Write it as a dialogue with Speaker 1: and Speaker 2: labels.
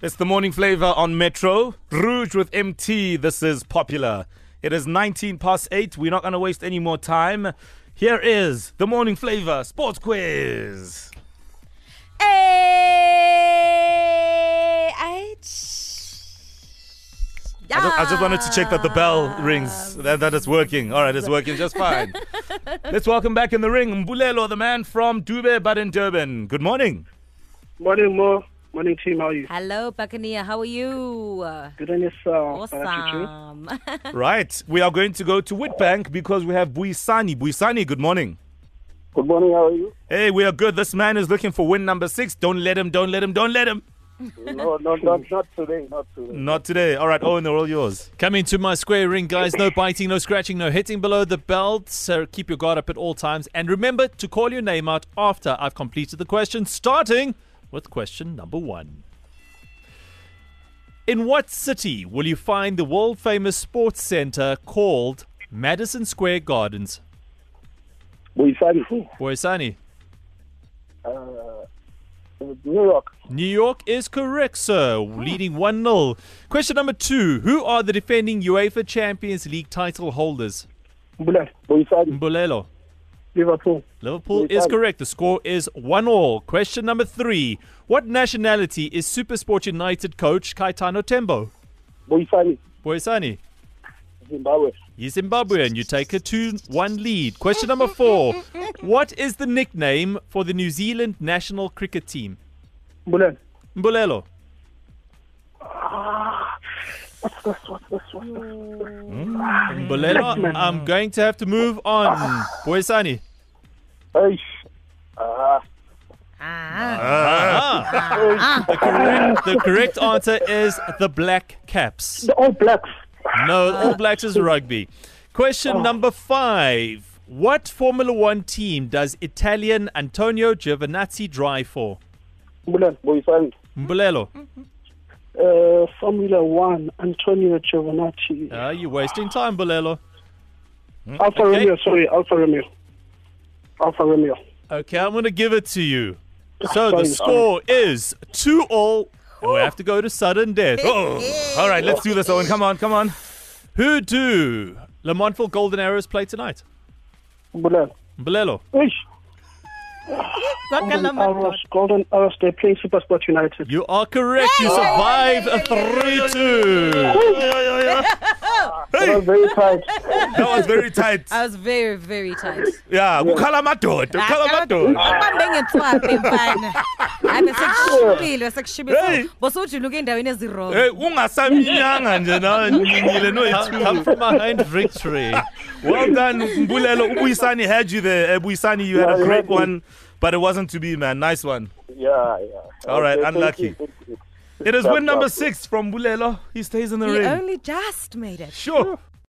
Speaker 1: It's the morning flavor on Metro. Rouge with MT. This is popular. It is 19 past 8. We're not going to waste any more time. Here is the morning flavor sports quiz.
Speaker 2: Hey, I,
Speaker 1: I, just, I just wanted to check that the bell rings, that, that it's working. All right, it's working just fine. Let's welcome back in the ring Mbulelo, the man from Dube, but in Durban. Good morning.
Speaker 3: Morning, Mo. Morning, team. How are you?
Speaker 2: Hello, Buccaneer. How are you?
Speaker 3: Good on yourself. Barachuchu.
Speaker 2: Awesome.
Speaker 1: Right, we are going to go to Whitbank because we have Buisani. Buisani, good morning.
Speaker 3: Good morning. How are you?
Speaker 1: Hey, we are good. This man is looking for win number six. Don't let him, don't let him, don't let him.
Speaker 3: No, no, not, not today. Not today.
Speaker 1: Not today. All right, Owen, they're all yours.
Speaker 4: Coming to my square ring, guys. No biting, no scratching, no hitting below the belt. So keep your guard up at all times. And remember to call your name out after I've completed the question, starting with question number one. In what city will you find the world famous sports center called Madison Square Gardens?
Speaker 3: Buisani.
Speaker 4: Boisani.
Speaker 3: Uh, New York.
Speaker 4: New York is correct, sir, leading 1 0. Question number two Who are the defending UEFA Champions League title holders?
Speaker 3: Bulan. Buisani.
Speaker 4: Mbolelo.
Speaker 3: Liverpool.
Speaker 4: Liverpool
Speaker 3: Yes,
Speaker 4: is
Speaker 3: sir.
Speaker 4: correct. The score is 1 all. Question number three What nationality is Supersport United coach Caetano Tembo?
Speaker 3: Buisani.
Speaker 4: Boisani.
Speaker 3: Zimbabwe.
Speaker 4: He's Zimbabwean. You take a 2 1 lead. Question number four What is the nickname for the New Zealand national cricket team?
Speaker 3: Bulan.
Speaker 4: Mbulelo. Mm, Mbulelo, I'm going to have to move on. Boisani.
Speaker 3: Aish. Ah,
Speaker 4: Ah. The, correct, the correct answer is the Black Caps.
Speaker 3: the All Blacks.
Speaker 4: No, All Blacks is rugby.
Speaker 3: Oh.
Speaker 4: Question number five. What Formula One team does Italian Antonio Giovinazzi drive for?
Speaker 3: Bulan. Buisani.
Speaker 4: Mbulelo.
Speaker 3: Mm-hmm. Uh, Formula One. Antonio Giovanacci.
Speaker 4: Ah, you're wasting time, Bulelo.
Speaker 3: Alfa
Speaker 4: okay.
Speaker 3: Romeo. Sorry, Alfa Romeo. Alfa Romeo.
Speaker 4: Okay, I'm going to give it to you. So the
Speaker 3: Sorry,
Speaker 4: score is 2 all. and We have to go to sudden death.
Speaker 1: Oh, all right, let's do this, Owen. Come on, come on.
Speaker 4: Who do Lamontville Golden Arrows play tonight?
Speaker 3: Bulan.
Speaker 4: Bulelo.
Speaker 3: Aish. Golden Arrows. Golden Arrows. They're playing Super Sport United.
Speaker 4: You are correct. You survive a 3 2.
Speaker 3: That was very tight.
Speaker 1: That was very tight.
Speaker 2: I was very, very tight.
Speaker 1: Yeah, kukhala madoda, kukhala madoda.
Speaker 2: Bangetswapi mfana. Hayi bese kushibile, bese
Speaker 1: Hey.
Speaker 2: kushibile. Bosuthu luke endaweni ezirong.
Speaker 1: Hey, ungasaminyanga nje nawe ninyile
Speaker 4: Come,
Speaker 1: no
Speaker 4: come from behind victory.
Speaker 1: Well done, Mbulelo. Ubuisani had you there. Eh, Buisani, you had a
Speaker 3: Yeah,
Speaker 1: great
Speaker 3: exactly.
Speaker 1: one, but it wasn't to be, man. Nice one.
Speaker 3: Yeah, yeah.
Speaker 1: All right,
Speaker 3: thank
Speaker 1: unlucky.
Speaker 3: you, thank you.
Speaker 1: It is win number
Speaker 3: Tough, tough.
Speaker 1: six from Bulelo. He stays in the
Speaker 2: He
Speaker 1: ring.
Speaker 2: only just made it.
Speaker 1: Sure.